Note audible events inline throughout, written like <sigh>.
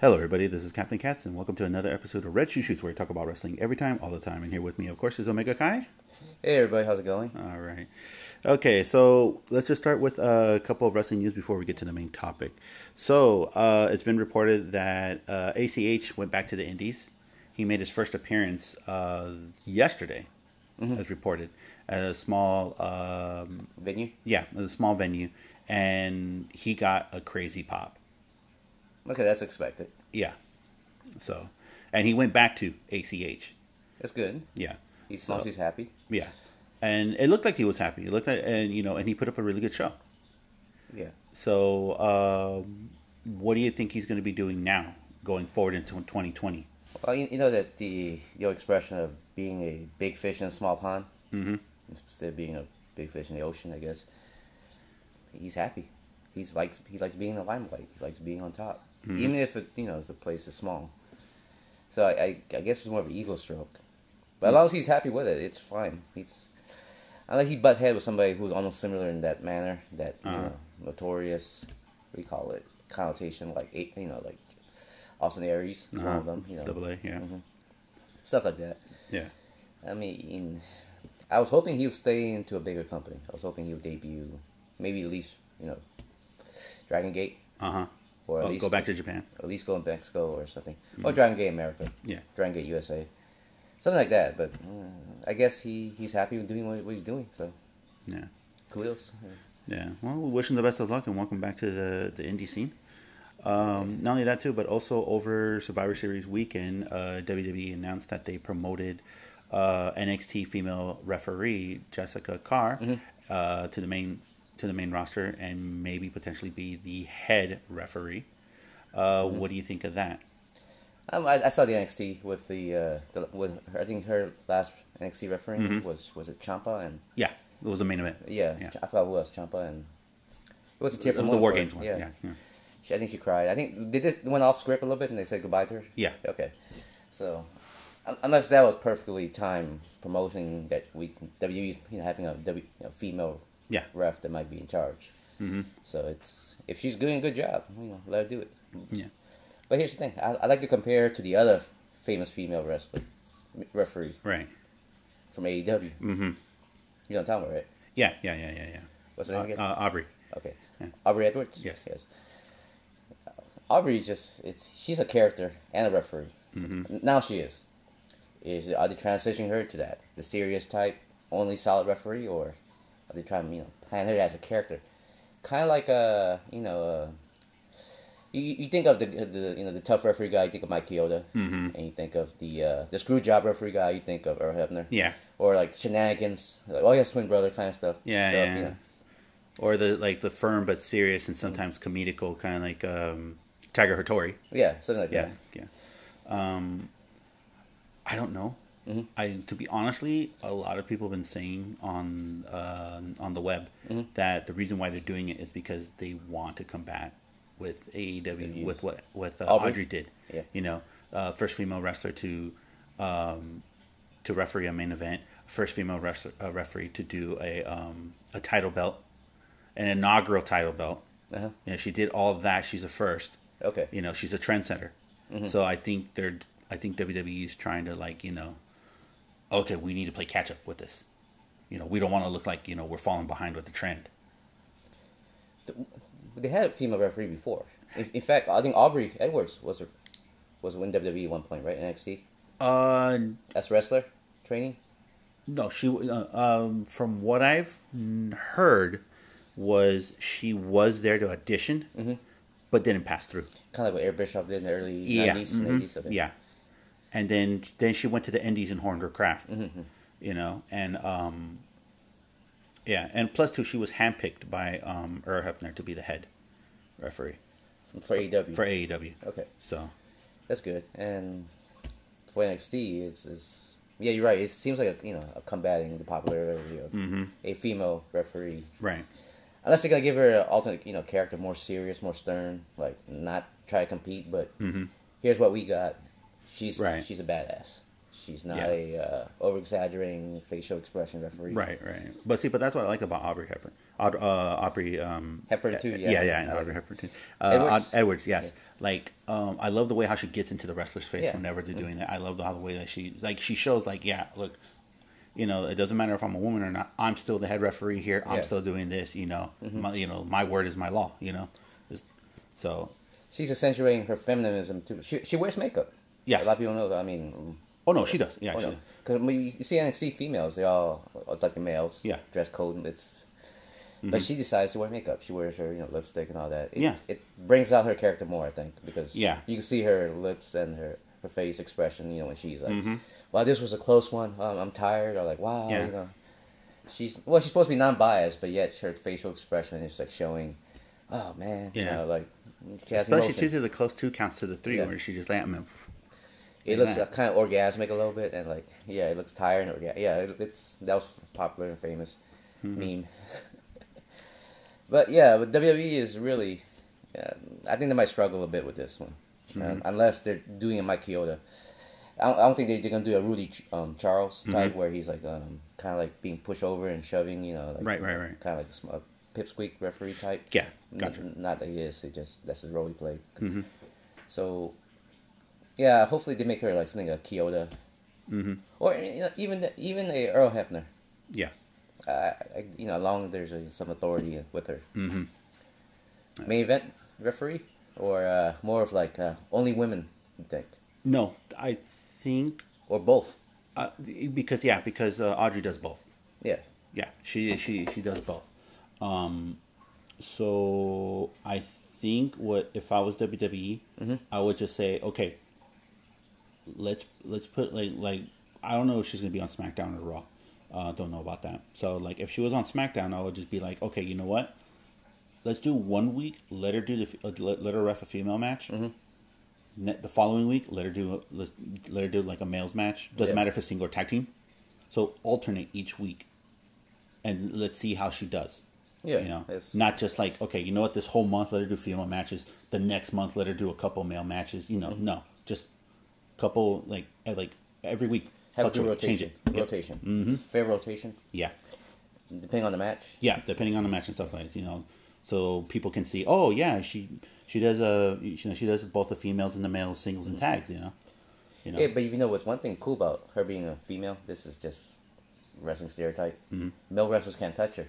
Hello, everybody. This is Captain Katz, and welcome to another episode of Red Shoe Shoots, where we talk about wrestling every time, all the time. And here with me, of course, is Omega Kai. Hey everybody, how's it going? All right. Okay, so let's just start with a couple of wrestling news before we get to the main topic. So uh, it's been reported that uh, ACH went back to the Indies. He made his first appearance uh, yesterday, as reported, at a small, um, Venue? yeah, at a small venue, and he got a crazy pop. Okay, that's expected. Yeah. So, and he went back to ACH. That's good. Yeah. He as long as So- he's happy. Yeah. And it looked like he was happy. It looked like, and you know, and he put up a really good show. Yeah. So, um, what do you think he's going to be doing now, going forward into 2020? Well, you, you know that the the old expression of being a big fish in a small pond, Mm-hmm. instead of being a big fish in the ocean, I guess. He's happy. He's likes he likes being in the limelight. He likes being on top, Mm-hmm. even if it, you know the place is small. So I, I, I guess it's more of an ego stroke, but as Mm-hmm. long as he's happy with it, it's fine. He's I like he butt head with somebody who's almost similar in that manner, that you Uh-huh. know, notorious, what do you call it, connotation like eight, you know, like Austin Aries, one of them, Mm-hmm. you know, Uh-huh. Double A, yeah, stuff like that. yeah, I mean, I was hoping he would stay into a bigger company. I was hoping he would debut, maybe at least you know, Dragon Gate, uh huh. or at Oh, least go back to Japan. at least go in Mexico or something, or Dragon Gate America, Yeah. Dragon Gate USA, something like that. But mm, I guess he he's happy with doing what, what he's doing. So Yeah, kudos. yeah. Well, we wish him the best of luck and welcome back to the the indie scene. Um, not only that too, but also over Survivor Series weekend, uh, WWE announced that they promoted uh, NXT female referee Jessica Carr Mm-hmm. uh, to the main to the main roster and maybe potentially be the head referee. Uh, Mm-hmm. What do you think of that? Um, I, I saw the NXT with the, uh, the with her, I think her last NXT referee was was it Champa and Yeah, it was the main event. yeah, Mm-hmm. yeah. I forgot who else Champa and it was a tear It for was the War for- Games one. Yeah, yeah. She, I think she cried. I think they just went off script a little bit and they said goodbye to her. Yeah. Okay. So, un- unless that was perfectly timed promoting that we WWE you know having a W you know, female Yeah. ref that might be in charge. Mm-hmm. So it's if she's doing a good job, you know, let her do it. yeah. But here's the thing: I, I like to compare her to the other famous female wrestler referee Right. from AEW. Mm-hmm. You know, what I'm talking about right? Yeah, yeah, yeah, yeah, yeah. What's her Uh, name again? uh, Aubrey. Okay. Yeah. Aubrey Edwards? Yes. Yes. Aubrey is just it's she's a character and a referee. Mm-hmm. Now she is. Is are they transitioning her to that? The serious type, only solid referee, or are they trying to, you know, plan her as a character? Kinda like uh, you know, uh you, you think of the, the you know the tough referee guy, you think of Mike Kyoto, Mm-hmm. and you think of the uh, the screw job referee guy, you think of Earl Hebner, Yeah. or like shenanigans, like oh yes, twin brother kind of stuff. Yeah, Stuff, yeah. you know. Or the like the firm but serious and sometimes comedical kind of like um, Tiger Hattori. yeah, something like Yeah, that. yeah. Um, I don't know. Mm-hmm. I to be honestly, a lot of people have been saying on uh, on the web Mm-hmm. that the reason why they're doing it is because they want to combat with AEW Yes. with what with uh, Aubrey? Audrey did. Yeah. You know, uh, first female wrestler to um, to referee a main event, first female wrestler, uh, referee to do a um, a title belt, an inaugural title belt. Uh-huh. You know, she did all of that. She's a first. Okay. You know, she's a trendsetter. So I think they're, I think WWE is trying to like, you know, okay, we need to play catch up with this. You know, we don't want to look like you know we're falling behind with the trend. They had a female referee before. In, in fact, I think Aubrey Edwards was a, was in WWE E at one point, right? NXT Uh, as wrestler training. no, she. Uh, um, from what I've n- heard, was she was there to audition, but didn't pass through. Kind of like what Eric Bischoff did in the early yeah, 90s, mhm, 80s. Okay. yeah. And then then she went to the Indies and honed her craft, you know, and um, yeah, and plus two, she was handpicked by um Earl Hebner to be the head referee For AEW. for E AEW. okay, So that's good. And for NXT, it's, it's yeah, you're right. It seems like a, you know a combating the popularity of Mm-hmm. a female referee, right, unless they're gonna give her an alternate you know character, more serious, more stern, like not try to compete, but here's what we got. She's Mm-hmm. Right. she's a badass. She's not Yeah. a uh, over exaggerating facial expression referee. right, right. But see, but that's what I like about Aubrey Hepburn. Aud- uh, Aubrey um, Hepburn too, uh, yeah. yeah, yeah, and Aubrey Hepburn too. Uh, Edwards? Aud- Edwards, yes. Like, um, I love the way how she gets into the wrestler's face Yeah. Mm-hmm. whenever they're doing it. I love the, how the way that she like she shows like, yeah, look, you know, it doesn't matter if I'm a woman or not. I'm still the head referee here. I'm Yeah. Mm-hmm. still doing this. You know, my, you know, my word is my law. You know, Just- so She's accentuating her feminism too. She, she wears makeup. Yes. A lot of people know that. I mean, oh no, she does. Yeah, she does. because you see NXT females, they all it's like the males. Yeah. Mm-hmm. Dress code. and It's. But she decides to wear makeup. She wears her, you know, lipstick and all that. It, Yeah. It brings out her character more, I think, because Yeah. you can see her lips and her, her face expression. You know, when she's like, "Wow, this was a close one. Um, I'm tired." Or like, "Wow, Mm-hmm. Yeah. you know." She's well. She's supposed to be non-biased, but yet her facial expression is like showing, "Oh man," you Yeah. know, like she has Especially emotion. she's to the close two counts to the three Yeah. where she just like, I mean, It looks that. uh, kind of orgasmic a little bit, and like yeah, it looks tired and orga- yeah, it, it's that was popular and famous Mm-hmm. meme. <laughs> but yeah, but WWE is really, yeah, I think they might struggle a bit with this one, Mm-hmm. um, unless they're doing a Mike Kyoto. I don't, I don't think they, they're gonna do a Rudy Ch- um, Charles type Mm-hmm. where he's like um, kind of like being pushed over and shoving, you know, like, Right, right, right. kind of like a sm- a pipsqueak referee type. Yeah, N- gotcha. Mm-hmm. not that he is. It just that's his role he played. So, yeah, hopefully they make her like something like Kyoto, Mm-hmm. or you know, even even a Earl Hefner. yeah, Uh, I- you know, as long as there's uh, some authority with her. Mm-hmm. Main event referee, or uh, more of like uh, only women, you think, no, I think or both. uh, because yeah, because uh, Audrey does both. Yeah, Yeah, she she she does both. Um, so I think what if I was WWE, I would just say okay. Let's let's put like like I don't know if she's gonna be on SmackDown or Raw. Uh, don't know about that. So like if she was on SmackDown, I would just be like, okay, you know what? Let's do one week. Let her do the uh, let, let her ref a female match. Ne- the following week, let her do a, let, let her do like a males match. Doesn't Yeah. matter if it's single or tag team. So alternate each week and let's see how she does. Yeah, you know, it's- not just like okay, you know what? This whole month let her do female matches. The next month let her do a couple male matches. You know, Mm-hmm. no, just couple like eh, like every week. have a good fluctuate, rotation. Yep. Rotation. Mm-hmm. Fair rotation, Yeah, depending on the match. yeah, depending on the match and stuff like that, you know, so people can see. Oh yeah, she she does a you know she does both the females and the males singles Mm-hmm. and tags. You know, you know, Yeah, but you know what's one thing cool about her being a female? This is just wrestling stereotype. Mm-hmm. mm Male wrestlers can't touch her,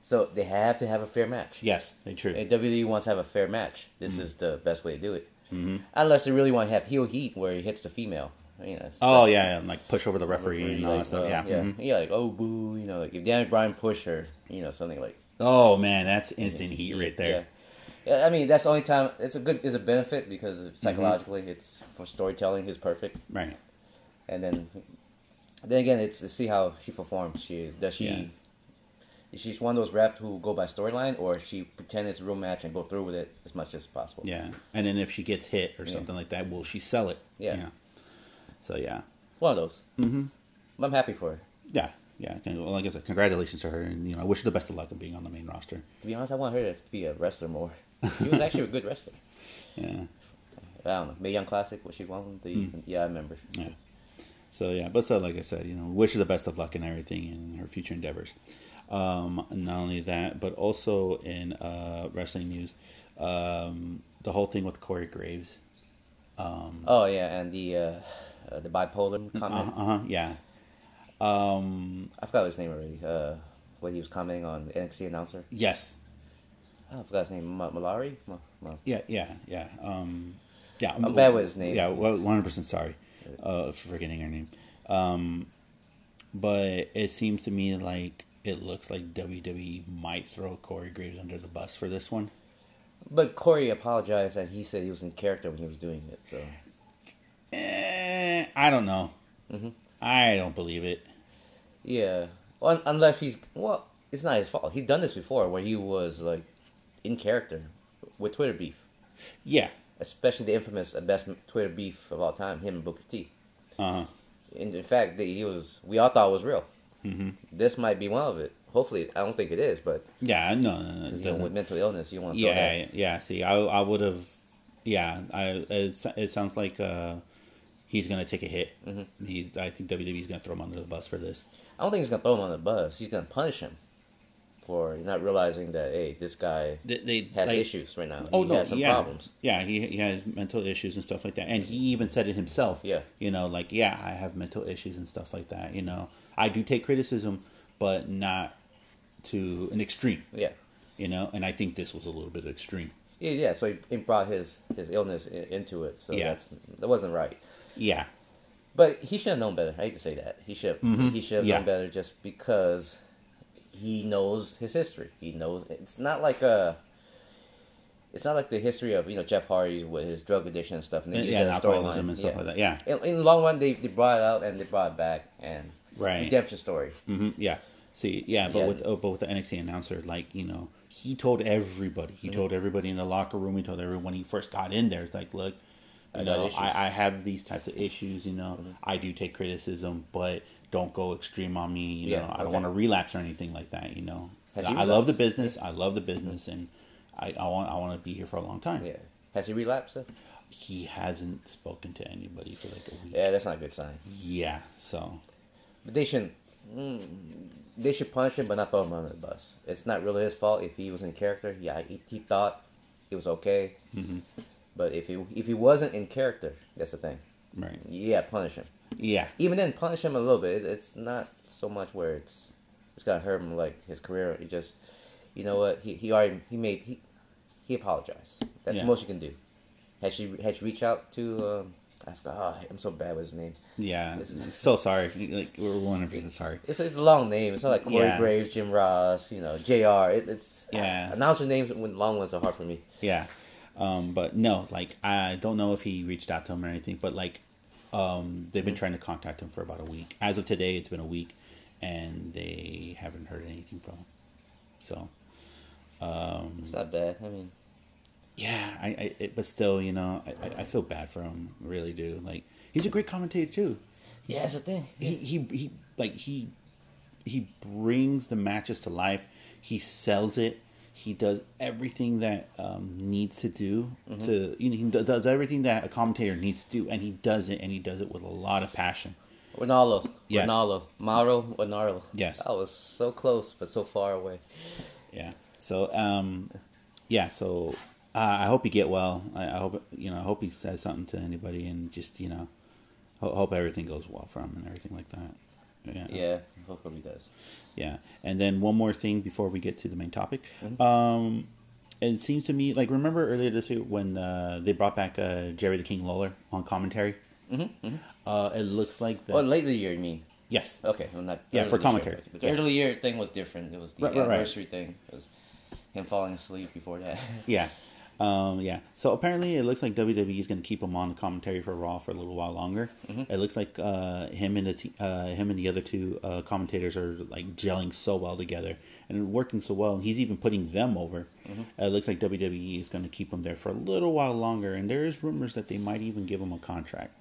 so they have to have a fair match. yes, they true. And WWE wants to have a fair match. This Mm-hmm. is the best way to do it. Mm-hmm. Unless they really want to have heel heat where he hits the female. You know, it's- oh that's- yeah, and like push over the referee where you and all like, that stuff. uh, yeah, yeah, mhm. yeah, like oh boo, you know, like if Dan Bryan pushed her, you know, something like Oh man, that's instant heat right there. Yeah. yeah, I mean that's the only time it's a good it's a benefit because Mm-hmm. psychologically it's for storytelling is perfect. Right. and then then again it's to see how she performs she does she Yeah. is she's one of those rep who go by storyline or she pretend it's a real match and go through with it as much as possible Yeah, and then if she gets hit or something like that, will she sell it? Yeah. So yeah, one of those mm-hmm. i'm happy for her yeah, yeah. Con- Well, like I said, congratulations to her, and you know, I wish her the best of luck of being on the main roster. to be honest i want her to be a wrestler more she was actually a good wrestler Yeah, i don't know Mae Young classic was she won the yeah i remember Mm. yeah. So yeah, but still, like I said, you know, wish her the best of luck in everything in her future endeavors. Um, not only that, but also in uh, wrestling news, um, the whole thing with Corey Graves. oh yeah and the uh, uh the bipolar Uh comment huh. Yeah. i forgot his name already uh what he was commenting on the nxt announcer Yes. oh, i forgot his name Ma- malari Ma- Ma- Yeah, yeah, yeah. Um, yeah, I'm bad with his name. Yeah, one hundred percent sorry uh, for forgetting her name. Um, but it seems to me like it looks like WWE might throw Corey Graves under the bus for this one. But Corey apologized and he said he was in character when he was doing it. So Eh, I don't know. Mm-hmm. I don't believe it. yeah, Un- unless he's well, it's not his fault. He's done this before where he was like in character with Twitter beef, Yeah. especially the infamous and best Twitter beef of all time, him and Booker T. Uh huh. And in fact, they, he was we all thought it was real. Mm-hmm. This might be one of it. Hopefully, I don't think it is, but Yeah. No. No. no it you know, with doesn't. mental illness, you want to throw Yeah. that. yeah, Yeah. See, I I would have. Yeah. I it, so- it sounds like uh, he's gonna take a hit. Mm-hmm. He's, I think WWE's gonna throw him under the bus for this. I don't think he's gonna throw him on the bus. He's gonna punish him. for not realizing that hey, this guy They, they has like- issues right now. Oh he no, has some yeah, problems. yeah. He he has mental issues and stuff like that, and he even said it himself. Yeah. you know, like yeah, I have mental issues and stuff like that. You know, I do take criticism, but not to an extreme. Yeah. You know, and I think this was a little bit extreme. Yeah, yeah. So he, he brought his his illness i- into it. So Yeah. that's that wasn't right. Yeah, But he should have known better. I hate to say that. He should he should Mm-hmm. have Yeah. known better just because he knows his history. He knows it's not like a it's not like the history of you know Jeff Hardy with his drug addiction and stuff. And then Uh, yeah, he and said a alcoholism storyline. and stuff Yeah. like that. Yeah, In, in the long run, they, they brought it out and they brought it back and Right. redemption story. hmm yeah. See, yeah, but Yeah. with oh, but with the NXT announcer, like you know, he told everybody. Mm-hmm. He told everybody in the locker room. He told everyone when he first got in there. It's like, look, you I got know, issues. I, I have these types of issues. You know, Mm-hmm. I do take criticism, but don't go extreme on me. You Yeah, know, I don't okay. want to relapse or anything like that. You know, Has he I love relapsed? the business. I love the business, and I, I want I want to be here for a long time. Yeah. Has he relapsed? though? He hasn't spoken to anybody for like a week. Yeah, that's not a good sign. yeah so But they shouldn't. mm, They should punish him, but not throw him under the bus. It's not really his fault if he was in character. Yeah, he, he thought it was okay. Mm-hmm. But if he if he wasn't in character, that's the thing. right. Yeah, punish him. Yeah. Even then, punish him a little bit. It, it's not so much where it's it's gonna hurt him like his career. It just you know what he, he already he made he he apologized. That's Yeah. the most you can do. Has she has she reached out to? Um, I forgot. Oh, I'm so bad with his name. Yeah, This is- so sorry. Like we're one percent sorry. It's, it's a long name. It's not like Corey Yeah. Graves, Jim Ross, you know, Jr. It, it's Yeah. Announcer names when long ones are hard for me. Yeah, um, but no, like I don't know if he reached out to him or anything. But like, um, they've been trying to contact him for about a week. As of today, it's been a week, and they haven't heard anything from him. So It's not bad. I mean, yeah, I, I it, but still, you know, I, I, I feel bad for him. I Really do. Like he's a great commentator too. yeah, that's the thing. he he he like he he brings the matches to life. He sells it. He does everything that um, needs to do to you know he do- does everything that a commentator needs to do, and he does it, and he does it with a lot of passion. Ronaldo. Yes. Ronaldo. Mauro Ronaldo. Yes. I was so close, but so far away. Yeah. So um, yeah. So uh, I hope he get well. I, I hope you know. I hope he says something to anybody, and just you know, ho- hope everything goes well for him and everything like that. Yeah, hopefully he does. Yeah, and then one more thing before we get to the main topic. Um, it seems to me like remember earlier this week when uh, they brought back uh, Jerry the King Lawler on commentary. Mm-hmm, Uh, it looks like that. Well, later year, you mean? yes. Okay, well, not Yeah, early for this year, commentary. but The Yeah. early year thing was different. It was the Right, right, right. anniversary thing. It was him falling asleep before that. <laughs> Yeah. Um, yeah. So apparently, it looks like WWE is going to keep him on the commentary for Raw for a little while longer. It looks like uh, him and the t- uh, him and the other two uh, commentators are like gelling so well together and working so well, and he's even putting them over. Uh, it looks like WWE is going to keep him there for a little while longer, and there is rumors that they might even give him a contract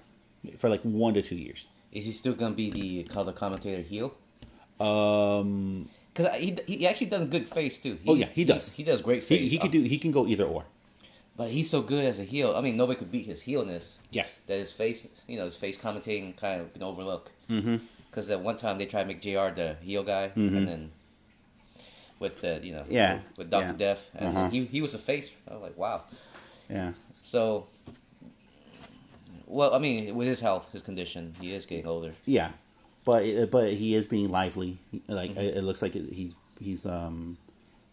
for like one to two years. Is he still gonna be the color commentator heel? Um, Because he, he actually does good face too. Oh, He's- yeah, he does. he's- He does great he, face. he could Uh, do he can go either or. but he's so good as a heel. I mean, nobody could beat his heelness. Yes. That his face, you know, his face commentating kind of can overlook. Mm-hmm. Because mm at one time they tried to make Jr. the heel guy, and then with the you know Yeah, with Doctor yeah. Death, and Uh-huh. he he was a face. I was like, wow. Yeah. So, well, I mean, with his health, his condition, he is getting older. Yeah, but uh, but he is being lively. Like Mm-hmm. it, it looks like it, he's he's um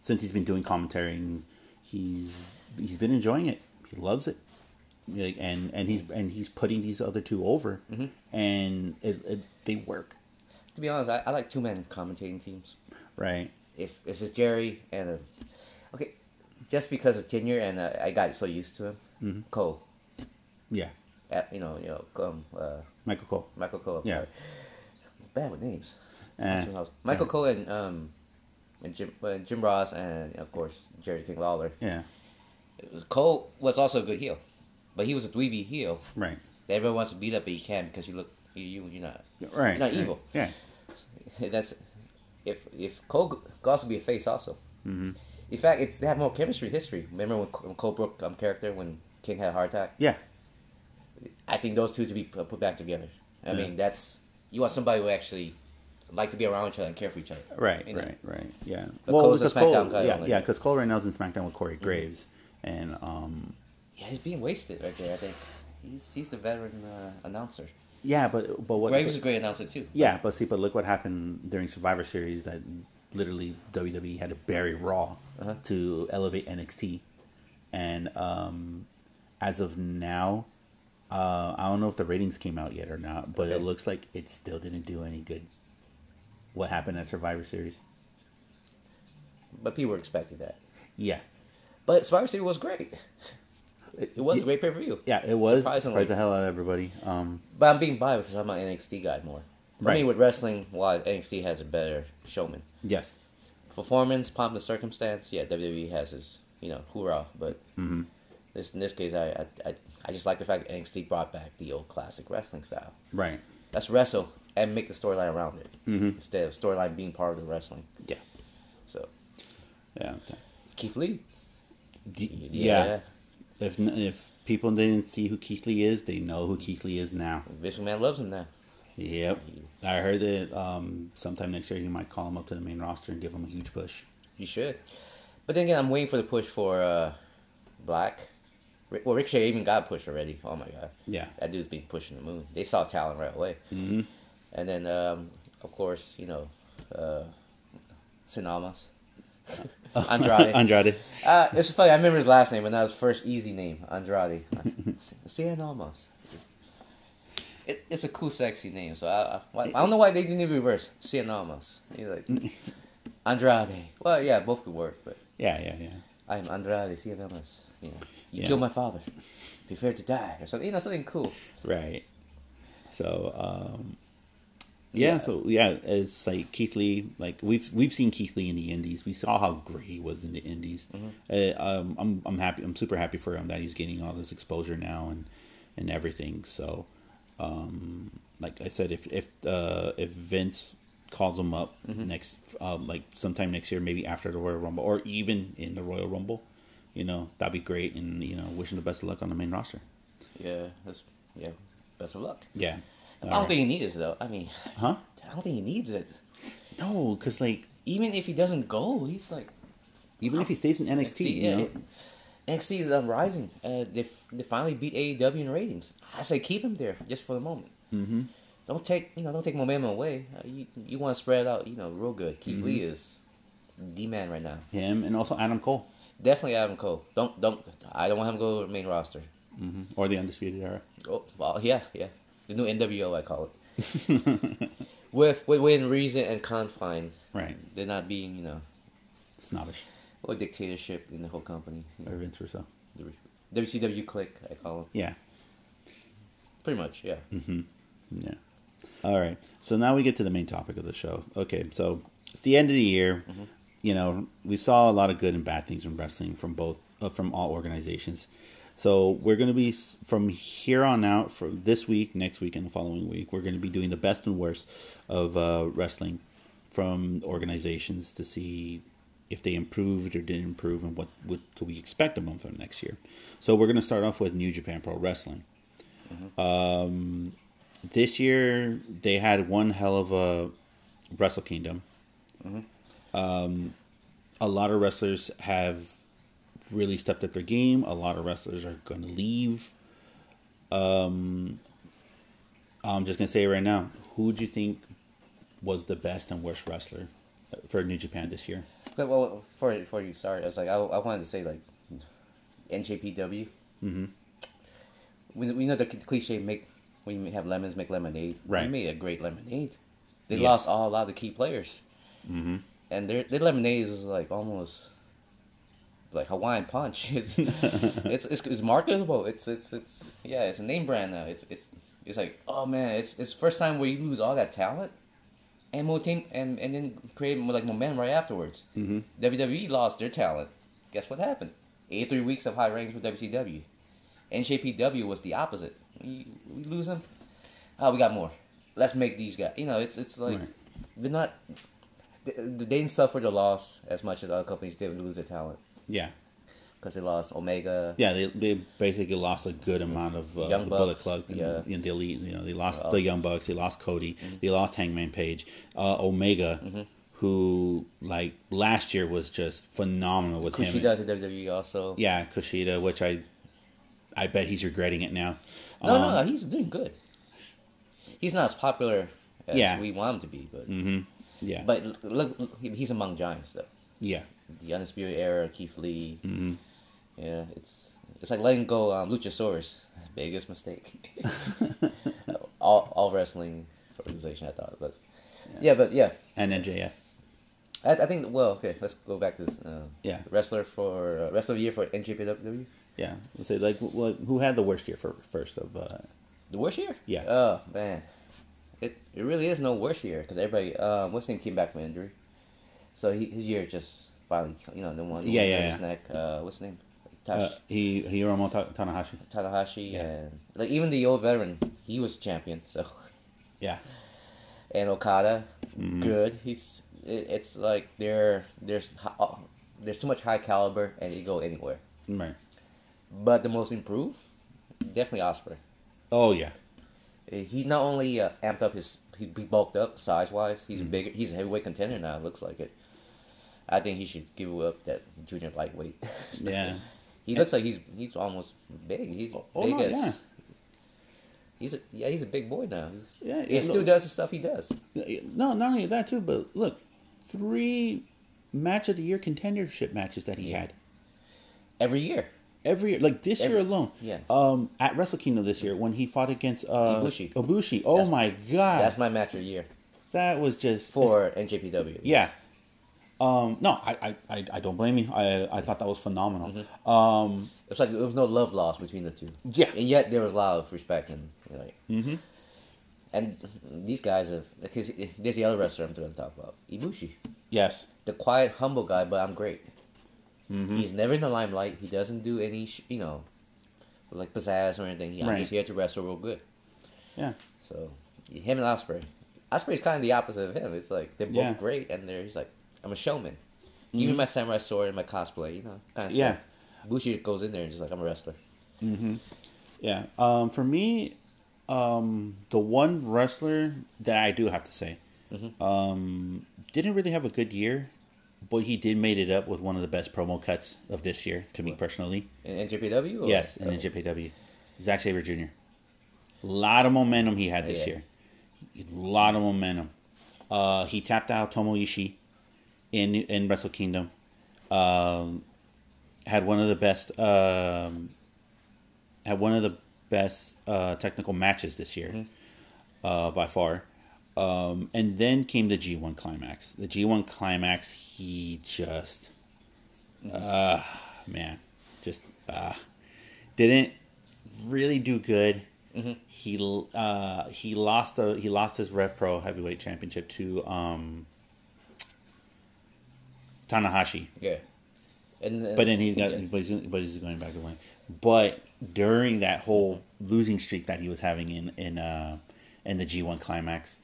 since he's been doing commentaring, he's he's been enjoying it. He loves it, Like, and and he's and he's putting these other two over, Mm-hmm. and it, it, they work To be honest, I, I like two man commentating teams. right. if if it's Jerry and a, okay, just because of tenure and uh, I got so used to him, Cole, Yeah, uh, you know, you know, um, uh, Michael Cole. Michael Cole. I'm Yeah. sorry. bad with names. Eh, Michael Cole and um, and Jim uh, Jim Ross and of course Jerry King Lawler. yeah, It was- Cole was also a good heel, but he was a three B heel. right, that Everyone wants to beat up, but you can't because you look you, you you're not. right. Not right. evil. Yeah, <laughs> That's if if Cole could also be a face also. Mm-hmm. In fact, it's they have more chemistry history. Remember when, when Cole broke um, character when King had a heart attack? yeah, I think those two to be put put back together. I Yeah. mean, that's you want somebody who actually like to be around each other and care for each other. Right, You know? right, right. Yeah. But well, Cole's a because SmackDown Cole, guy, Mm-hmm. yeah, like- yeah, because Cole right now is in SmackDown with Corey Graves, and um, Yeah, he's being wasted right there. I think he's he's the veteran uh, announcer. yeah, but but what? Graves is a great announcer too. Yeah, but see, but look what happened during Survivor Series that literally WWE had to bury Raw Uh-huh. to elevate NXT, and um, as of now, uh, I don't know if the ratings came out yet or not, but it Okay. looks like it still didn't do any good. What happened at Survivor Series? But people were expecting that. Yeah, But Survivor Series was great. It was a great pay per view. Yeah, it was Surprisingly. surprised the hell out of everybody. Um, But I'm being biased because I'm an NXT guy more. I Right. mean, with wrestling wise, NXT has a better showman. yes, Performance, pomp, and circumstance, yeah, WWE has his, you know, hoorah. But this in this case, I, I, I, I just like the fact that NXT brought back the old classic wrestling style. right. Let's wrestle and make the storyline around it instead of storyline being part of the wrestling. Yeah, So, yeah, Keith Lee. D- yeah. If n- if people didn't see who Keith Lee is, they know who Keith Lee is now. Vince McMahon loves him now. Yep, I heard that um, sometime next year he might call him up to the main roster and give him a huge push. You should. But then again, I'm waiting for the push for uh, Black. Ri- Well, Ricochet even got pushed already. Oh my god. Yeah, That dude's been pushing the moon. They saw talent right away. hmm And then, um, of course, you know, uh, Sinamas. Andrade. <laughs> Andrade. uh, it's funny, I remember his last name, but not his first easy name, Andrade. Sinamas. It, it's a cool, sexy name, so I, I, why- I don't know why they didn't reverse. Sinamas. He's like, Andrade. Well, yeah, both could work, but. Yeah, yeah, yeah. I'm Andrade Ciadamas. You know, you Yeah. killed my father. Prepare to die, or something. You know, something cool. Right. So, um, yeah, Yeah. So yeah, it's like Keith Lee. Like we've we've seen Keith Lee in the Indies. We saw how great he was in the Indies. Uh, um, I'm I'm happy. I'm super happy for him that he's getting all this exposure now and and everything. So, um, like I said, if if uh, if Vince calls him up next, uh, like sometime next year, maybe after the Royal Rumble or even in the Royal Rumble, you know that'd be great. And you know, wishing the best of luck on the main roster. Yeah, that's yeah. Best of luck. Yeah. I don't Alright. think he needs it though. I mean, Huh? I don't think he needs it. No, because like Even if he doesn't go, he's like even if he stays in NXT, NXT. you Yeah, know, it- NXT is um, rising. Uh, they f- they finally beat AEW in ratings. I say keep him there just for the moment. Mhm. Don't take you know don't take momentum away. Uh, you you want to spread it out you know real good. Keith Lee is the man right now. him and also Adam Cole Definitely Adam Cole. Don't don't. I don't want him to go to the main roster. or the Undisputed Era. Oh, well, yeah, yeah. The new NWO, I call it. <laughs> with within reason and confined. Right, They're not being, you know, snobbish a dictatorship in the whole company. or Vince Russo. The WCW click, I call it. Yeah, Pretty much, yeah. Hmm. yeah. All right, so now we get to the main topic of the show. Okay, so it's the end of the year. You know, we saw a lot of good and bad things from wrestling from both uh, from all organizations. So we're going to be s- from here on out for this week, next week, and the following week. We're going to be doing the best and worst of uh, wrestling from organizations to see if they improved or didn't improve and what, what could we expect of them from next year. So we're going to start off with New Japan Pro Wrestling. Um, this year they had one hell of a Wrestle Kingdom. Um, a lot of wrestlers have really stepped up their game. A lot of wrestlers are going to leave. Um, I'm just going to say right now, who do you think was the best and worst wrestler for New Japan this year? But, well, before, before you start, I was like, I, I wanted to say, like, NJPW. Mm-hmm. We, we know the cliche, make, when you have lemons, make lemonade. They Right. made a great lemonade. They Yes. lost all a lot of the key players. Mm-hmm. And their, their lemonade is, like, almost like Hawaiian Punch. <laughs> It's, it's, it's, it's marketable. It's, it's, it's, yeah, it's a name brand now. It's, it's, it's like, oh, man, it's, it's first time where you lose all that talent and motain, and and then create like momentum right afterwards. Mm-hmm. WWE lost their talent. Guess what happened? Eight three weeks of high ratings with WCW. NJPW was the opposite. We, we lose them. Oh, we got more. Let's make these guys. You know, it's it's like Right. they're not. They, they didn't suffer the loss as much as other companies did when they lose their talent. Yeah. because they lost Omega. Yeah, they, they basically lost a good amount of uh, Young the Bullet Bucks, Club and, yeah. Mm-hmm. and the Elite. You know, they lost the Young Bucks, they lost Cody, they lost Hangman Page, uh, Omega, who like last year was just phenomenal with him. Kushida to WWE also. Yeah, Kushida, which I I bet he's regretting it now. No, Um, no, no, he's doing good. He's not as popular as Yeah. Mm-hmm. we want him to be, but yeah, but l- look, look, he- he's among giants though. yeah, The Undisputed Era, Keith Lee. Mm-hmm. mm Yeah, it's it's like letting go um, Luchasaurus. Biggest <laughs> mistake. all all wrestling organization, I thought, but yeah, but yeah, and NJF. I, I think well, okay, let's go back to this. Uh, Yeah. wrestler for uh, wrestler of the year for NJPW. Yeah, let's say like what, who had the worst year for first of uh, The worst year? Yeah. Oh man, it it really is no worst year because everybody, uh, what's his name came back from injury, so he, his year just finally, you know, the one the Yeah, one yeah, hurt yeah. his neck. Uh, what's his name? Tash, uh, he Hiromo Ta- Tanahashi. Tanahashi yeah. and like even the old veteran, he was champion. So <laughs> Yeah, and Okada, good. He's it, it's like there there's hi- uh, there's too much high caliber and it go anywhere. right. But the most improved, definitely Osprey. Oh yeah, Eh, He not only uh, amped up his, he he bulked up size wise. He's a Mm-hmm. bigger, he's a heavyweight contender now. It looks like it. I think he should give up that junior lightweight. <laughs> stuff. Yeah. he looks like he's he's almost big. He's oh, big no, as. yeah. He's a yeah, he's a big boy now. He's, Yeah, he yeah, still look- does the stuff he does. No, not only that too, but look, three match of the year contendership matches that he Yeah. had Every year, every year, like this Every- year alone. yeah. Um, at Wrestle Kingdom this year when he fought against uh, Ibushi. Ibushi. Oh That's- my god, that's my match of the year that was just for NJPW. Yeah. Um, no, I, I, I, I don't blame you. I, I thought that was phenomenal. Mm-hmm. Um, It's like there was no love lost between the two. Yeah. and yet there was a lot of respect and you know, like. Mm-hmm. And these guys have. Cause there's the other wrestler I'm going to talk about, Ibushi, yes. the quiet, humble guy, but I'm great. Mm-hmm. He's never in the limelight. He doesn't do any, sh- you know, like pizzazz or anything. He, Right. He's here to wrestle real good. Yeah. So him and Osprey, Osprey's kind of the opposite of him. It's like they're both Yeah. Mm-hmm. great, and they're he's like, I'm a showman. Give me my samurai sword and my cosplay, you know, kind of Yeah. stuff. Bushi goes in there and just like I'm a wrestler. Yeah. Um, for me, um, the one wrestler that I do have to say, um, didn't really have a good year, but he did made it up with one of the best promo cuts of this year to me personally. In NJPW? Or? Oh, Yes, and in JPW, Zack Saber Jr. A lot of momentum he had this Yeah. year. A lot of momentum. Uh, he tapped out Tomoishi in in Wrestle Kingdom. Um, had one of the best. Um, had one of the best uh, technical matches this year, uh, by far. Um, and then came the G1 climax. The G1 climax, he just, ah, man, just ah, didn't really do good. He l- uh, he lost a, he lost his Rev Pro Heavyweight Championship to um, Tanahashi. Yeah. And, But then he's got, yeah. but, he's, but he's going back to win. But during that whole losing streak that he was having in in uh, in the G one climax,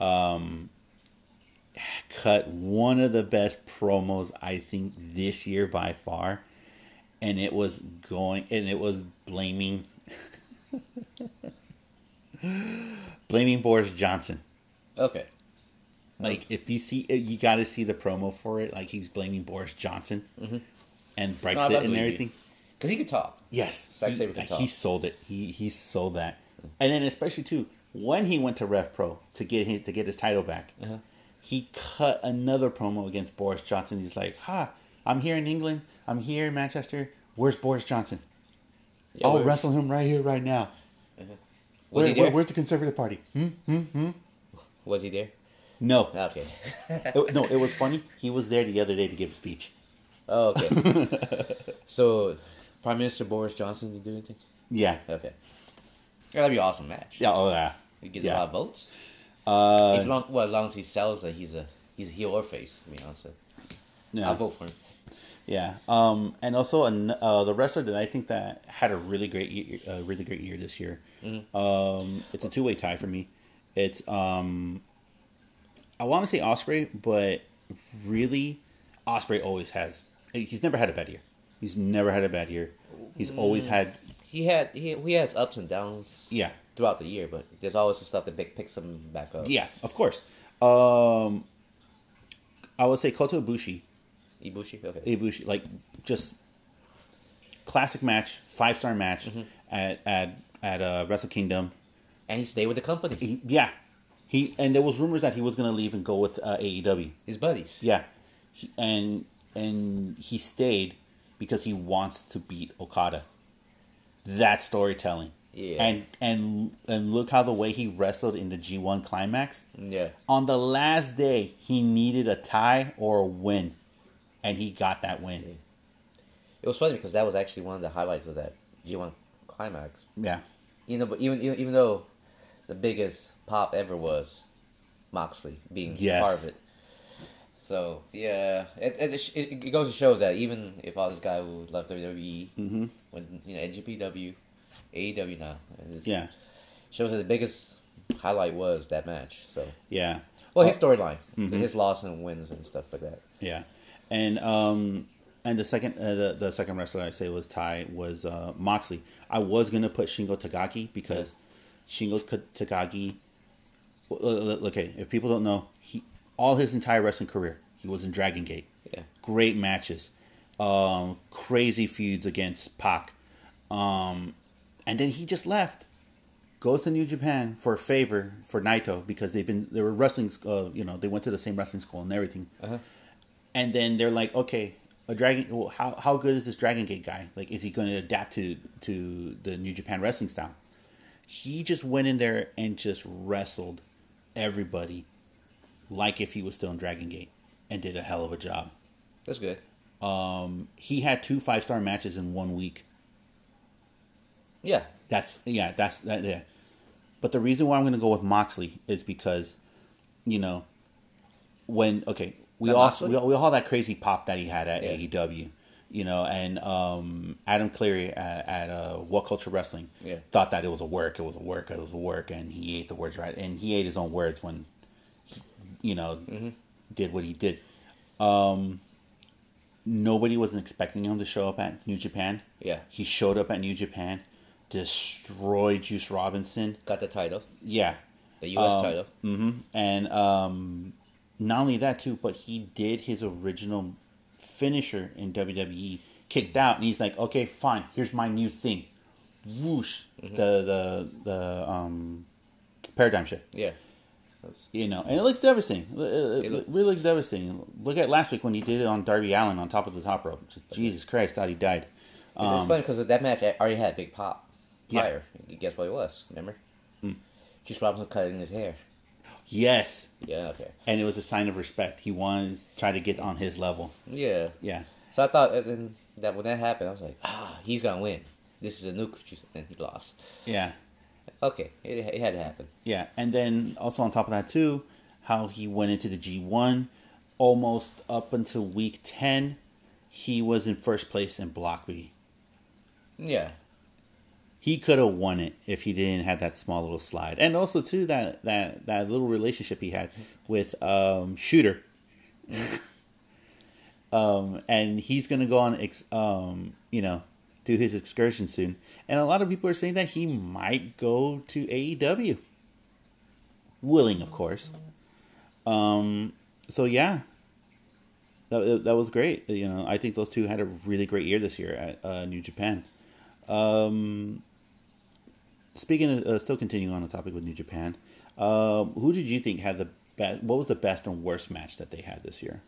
um, cut one of the best promos I think this year by far, and it was going and it was blaming <laughs> blaming Boris Johnson. Okay. Like if you see, uh, you got to see the promo for it. Like he's blaming Boris Johnson and Brexit Mm-hmm. believe and you. everything. Because he could talk. Yes, Zack he, Sabre can like, talk. he sold it. He he sold that, and then especially too when he went to Ref Pro to get his, to get his title back, Uh-huh. he cut another promo against Boris Johnson. He's like, "Ha, I'm here in England. I'm here in Manchester. Where's Boris Johnson? Yeah, I'll where- wrestle him right here, right now. Where, Was he Oh, where- there? where's the Conservative Party? Hmm? Was he there? No, <laughs> Okay. It- no, it was funny. He was there the other day to give a speech. Oh, okay. <laughs> so, Prime Minister Boris Johnson didn't do anything? Yeah, Okay. Yeah, that'd be an awesome match. yeah, oh yeah, He gets yeah. a lot of votes. Uh, as long, well, as long as he sells that he's a he's a heel or face, to be honest. yeah. I'll vote for him. Yeah, um, and also an, uh, the wrestler that I think that had a really great, year, a really great year this year. Um, it's a two way tie for me. It's um, I want to say Osprey, but really, Osprey always has. He's never had a bad year. He's never had a bad year. He's always had He had he, he has ups and downs yeah, throughout the year, but there's always the stuff that pick, picks him back up. yeah, of course. Um, I would say Kota Ibushi, Ibushi, okay. Ibushi, like just classic match, five star match at at at uh, Wrestle Kingdom. and he stayed with the company. He, yeah, he and there was rumors that he was gonna leave and go with uh, AEW. His buddies. Yeah, he, and and he stayed because he wants to beat Okada. That's storytelling. Yeah. And and and look how the way he wrestled in the G one climax. Yeah. On the last day, he needed a tie or a win, and he got that win. It was funny because that was actually one of the highlights of that G1 climax. Yeah. You know, but even even, even though the biggest pop ever was Moxley being Yes. part of it. So yeah, it, it, it, it goes to shows that even if all this guy who left WWE, Mm-hmm. mm when you know NGPW, AEW E now, and it's- Yeah. shows that the biggest highlight was that match. So Yeah. well, Oh. his storyline, Mm-hmm. his loss and wins and stuff like that. Yeah, and um, and the second uh, the the second wrestler I say was Ty was uh, Moxley. I was gonna put Shingo Takagi because Shingo K- Takagi. well, uh, uh, Okay, if people don't know, he all his entire wrestling career he was in Dragon Gate. Yeah. Great matches, um, crazy feuds against Pac, um, and then he just left. Goes to New Japan for a favor for Naito because they've been they were wrestling. Uh, you know they went to the same wrestling school and everything and then they're like, okay, a dragon. Well, how how good is this Dragon Gate guy? Like, is he going to adapt to to the New Japan wrestling style? He just went in there and just wrestled everybody like if he was still in Dragon Gate and did a hell of a job. That's good. He had two five star matches in one week. Yeah, That's yeah, that's that yeah. But the reason why I'm going to go with Moxley is because, you know, when okay, we That all Moxley? we, all we all had that crazy pop that he had at Yeah. AEW, you know, and um, Adam Cleary at, at uh, What Culture Wrestling Yeah. thought that it was a work, it was a work, it was a work, and he ate the words right, and he ate his own words when, he, you know, Mm-hmm. did what he did. Um, nobody wasn't expecting him to show up at New Japan. Yeah. he showed up at New Japan, destroyed Juice Robinson. got the title, Yeah, the U.S. Um, title. and um, not only that too, but he did his original finisher in WWE, kicked out, and he's like, "Okay, fine, here's my new thing." Whoosh, the the the um, paradigm shift. Yeah. That's- You know, and it looks devastating. It, it- It it looks- really looks devastating. Look at last week when he did it on Darby Allen on top of the top rope. Just, Jesus Christ, thought he died. Um, It's, it's funny because that match already had Big Pop Yeah. prior. Guess what it was? Remember? Juice Robinson cutting his hair. Yes, Yeah. Okay. and it was a sign of respect. He wanted to try to get on his level. Yeah. Yeah, So I thought and then that when that happened, I was like, ah, he's gonna win. This is a nuke, and he lost. yeah, Okay, it, it had to happen. yeah. And then also on top of that too, how he went into the G one, almost up until week ten, he was in first place in Block B. Yeah. He could have won it if he didn't have that small little slide, and also too that that that little relationship he had with um, Shooter. <laughs> um, and he's gonna go on, ex- um, you know, do his excursion soon. And a lot of people are saying that he might go to AEW, willing, of course. Um, so yeah, that that was great. You know, I think those two had a really great year this year at uh, New Japan. Um, speaking of, uh, still continuing on the topic with New Japan, um, who did you think had the best? What was the best and worst match that they had this year?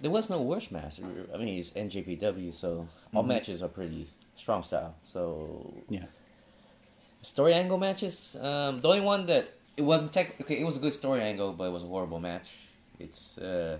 There was no worst match. I mean, it's NJPW, so all matches are pretty strong style. So Yeah. Story angle matches. Um, the only one that it wasn't technically it was a good story angle, but it was a horrible match. It's uh,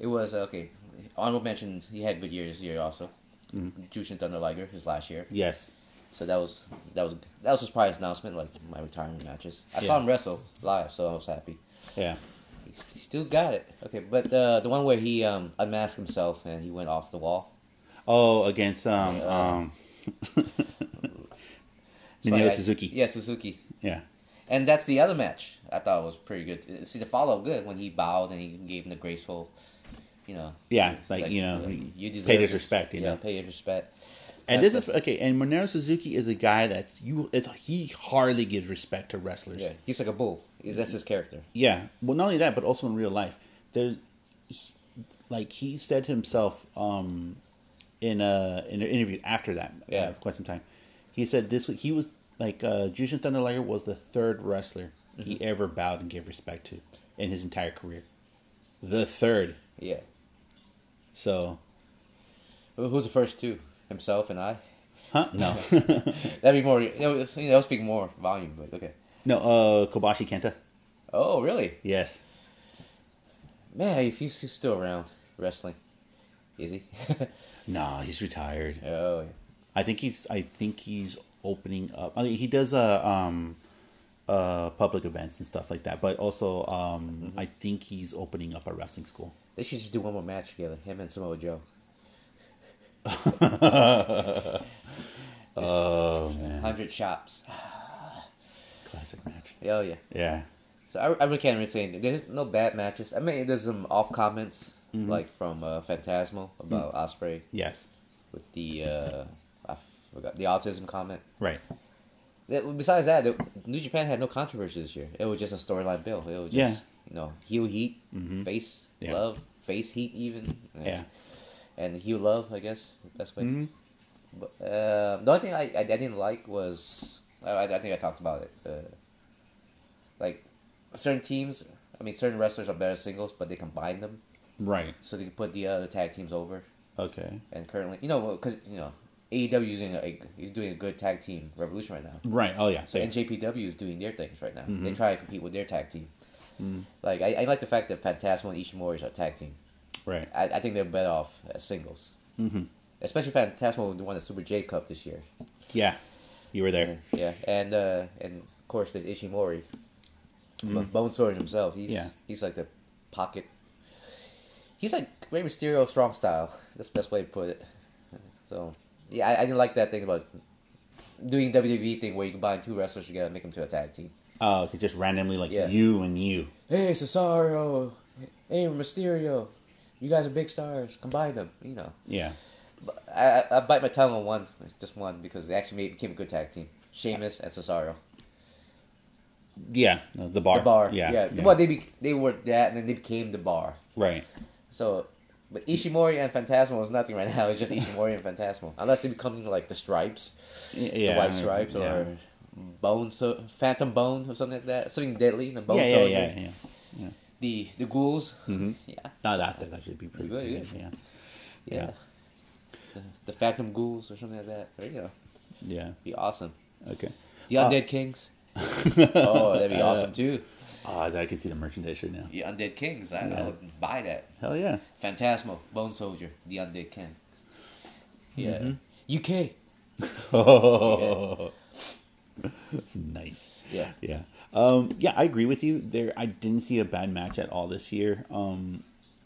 it was uh, okay. Honorable mention. He had good years this year also. Mm-hmm. Jushin Thunder Liger his last year, Yes. so that was that was that was his prize announcement. Like my retirement matches. I saw Yeah. him wrestle live, so I was happy. Yeah. He, st- he still got it. Okay, but uh, the one where he um, unmasked himself and he went off the wall. Oh, against um <laughs> um. Minoru Sorry, I- Suzuki. Yeah, Suzuki. Yeah. And that's the other match. I thought was pretty good. See the follow up good when he bowed and he gave him the graceful you know. Yeah, it's like, you know, you pay deserve his respect, you yeah, know. pay his respect. And That's this is okay. And Monero Suzuki is a guy that's you. It's he hardly gives respect to wrestlers. Yeah, he's like a bull. That's his character. Yeah. Well, not only that, but also in real life, there, he- like he said himself, um, in a in an interview after that, Yeah. uh, quite some time, he said this. He was like uh, Jushin Thunder Liger was the third wrestler he ever bowed and gave respect to in his entire career, the third. Yeah. So, Who- Who's the first two? Himself and I. huh? No, <laughs> That'd be more. That would, you know, that would speak more volume. But okay. no. Uh, Kobashi Kenta. Oh really? Yes. Man, if he's, he's still around wrestling, is he? <laughs> No, he's retired. oh yeah. I think he's. I think he's opening up. I mean, he does uh, um, uh, public events and stuff like that. But also, um, Mm-hmm. I think he's opening up a wrestling school. They should just do one more match together. Him and Samoa Joe. <laughs> Oh man, Hundred chops. classic match. Oh yeah. Yeah, So I, I really can't really say anything. There's no bad matches. I mean, there's some off comments Mm-hmm. like from uh, Phantasmal Mm. about Osprey yes, with the uh, I forgot the autism comment. right. That- Besides that, it- New Japan had no controversy this year. It was just a storyline build. It was just Yeah. Mm-hmm. you know heel heat, face Yeah. love, face heat even. Yeah. Mm-hmm. and heel love, I guess that's what. But, uh, the only thing I, I, I didn't like was I, I I think I talked about it. Uh, like certain teams, I mean, certain wrestlers are better singles, but they combine them Right. so they can put the other tag teams over. Okay. And currently, you know, because you know, AEW is doing a is doing a good tag team revolution right now. Right. Oh yeah. So, And JPW is doing their things right now. They try to compete with their tag team. Like I, I like the fact that Phantasmo and Ishimori is a tag team. right. I, I think they're better off as singles, mm-hmm. especially Phantasmo who won the Super J Cup this year. Yeah, you were there. Yeah, and uh, and of course there's Ishimori, But Bone Sword himself. He's Yeah. he's like the pocket. He's like Rey Mysterio strong style. That's the best way to put it. So yeah, I, I didn't like that thing about doing WWE thing where you combine two wrestlers together and make them to a tag team. Oh, okay, just randomly like Yeah. you and you. Hey Cesaro, hey Mysterio, you guys are big stars. Combine them, you know. Yeah. But I, I- I bite my tongue on one, just one, because they actually made, became a good tag team. Sheamus and Cesaro. Yeah. uh, The bar. The bar. Yeah. Yeah. Well, they be, they were that, and then they became the bar. right. So, but Ishimori and Phantasmo is nothing right now. It's just Ishimori and Phantasmo, unless they become like the Stripes, Yeah. the White Stripes, yeah. or Bone, so, Phantom Bone, or something like that. Something deadly. The Bone Yeah, yeah, Soldier. yeah, Mm-hmm. yeah. The the Ghouls. Yeah. No, that that actually be pretty Good, good. good. Yeah, Yeah. Yeah. The, the Phantom Ghouls or something like that. There you go. yeah. Be awesome. Okay. The Uh, Undead Kings. <laughs> oh, that'd <laughs> be awesome too. Ah, I can see the merchandise right now. The Undead Kings. I, I would buy that. Hell yeah. <laughs> Phantasmo, Bone Soldier, The Undead Kings. Mm-hmm. Yeah. UK. Oh. nice. Yeah. Yeah. Um, yeah, I agree with you. There I didn't see a bad match at all this year um,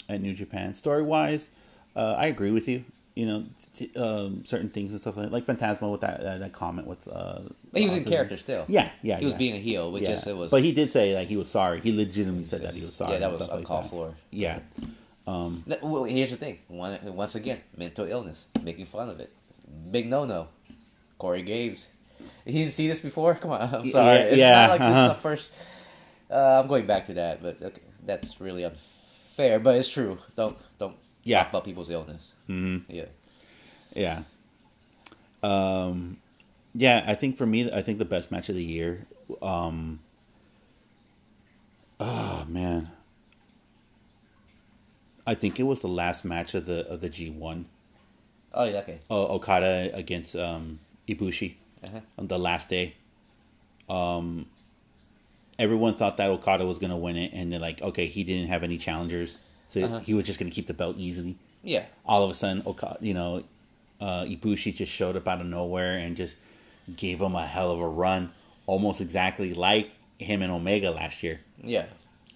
at New Japan. Story wise, uh, I agree with you. You know, t- t- um, certain things and stuff like like Phantasmo with that uh, that comment with. Uh, But he was in autism. character still. Yeah, yeah. He was yeah. being a heel, which Yeah. is it was But he did say like he was sorry. He legitimately said that he was sorry. Yeah, that and was stuff like uncalled that. for. Yeah, No, well, here's the thing. One, once again, mental illness, making fun of it. Big no no. Corey Graves. You didn't see this before? <laughs> Come on. I'm Y- sorry. yeah, it's yeah, not like uh-huh. this is the first. Uh, I'm going back to that, but okay, that's really unfair. But it's true. Don't don't Yeah. talk about people's illness. Mm-hmm. Yeah. Yeah. Um, yeah, I think for me, I think the best match of the year. Um, oh man, I think it was the last match of the of the G one. Oh yeah. Okay. Oh, Okada against um, Ibushi Uh-huh. on the last day. Um, everyone thought that Okada was gonna win it, and they're like, okay, he didn't have any challengers, so Uh-huh. he was just gonna keep the belt easily Yeah. all of a sudden, Oka, you know, uh, Ibushi just showed up out of nowhere and just gave him a hell of a run, almost exactly like him and Omega last year. Yeah.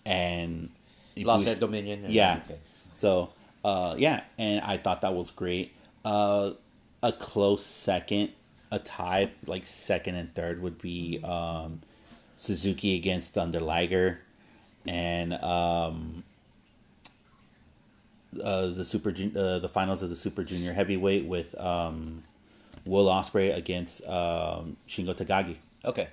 And Lost Ibushi- their dominion. and- yeah. okay. So, uh, yeah, and I thought that was great. Uh, a close second, a tie, like second and third would be um, Suzuki against Thunder Liger, and um, uh, the super Jun- uh, the finals of the super junior heavyweight with um, Will Osprey against um, Shingo Takagi. Okay.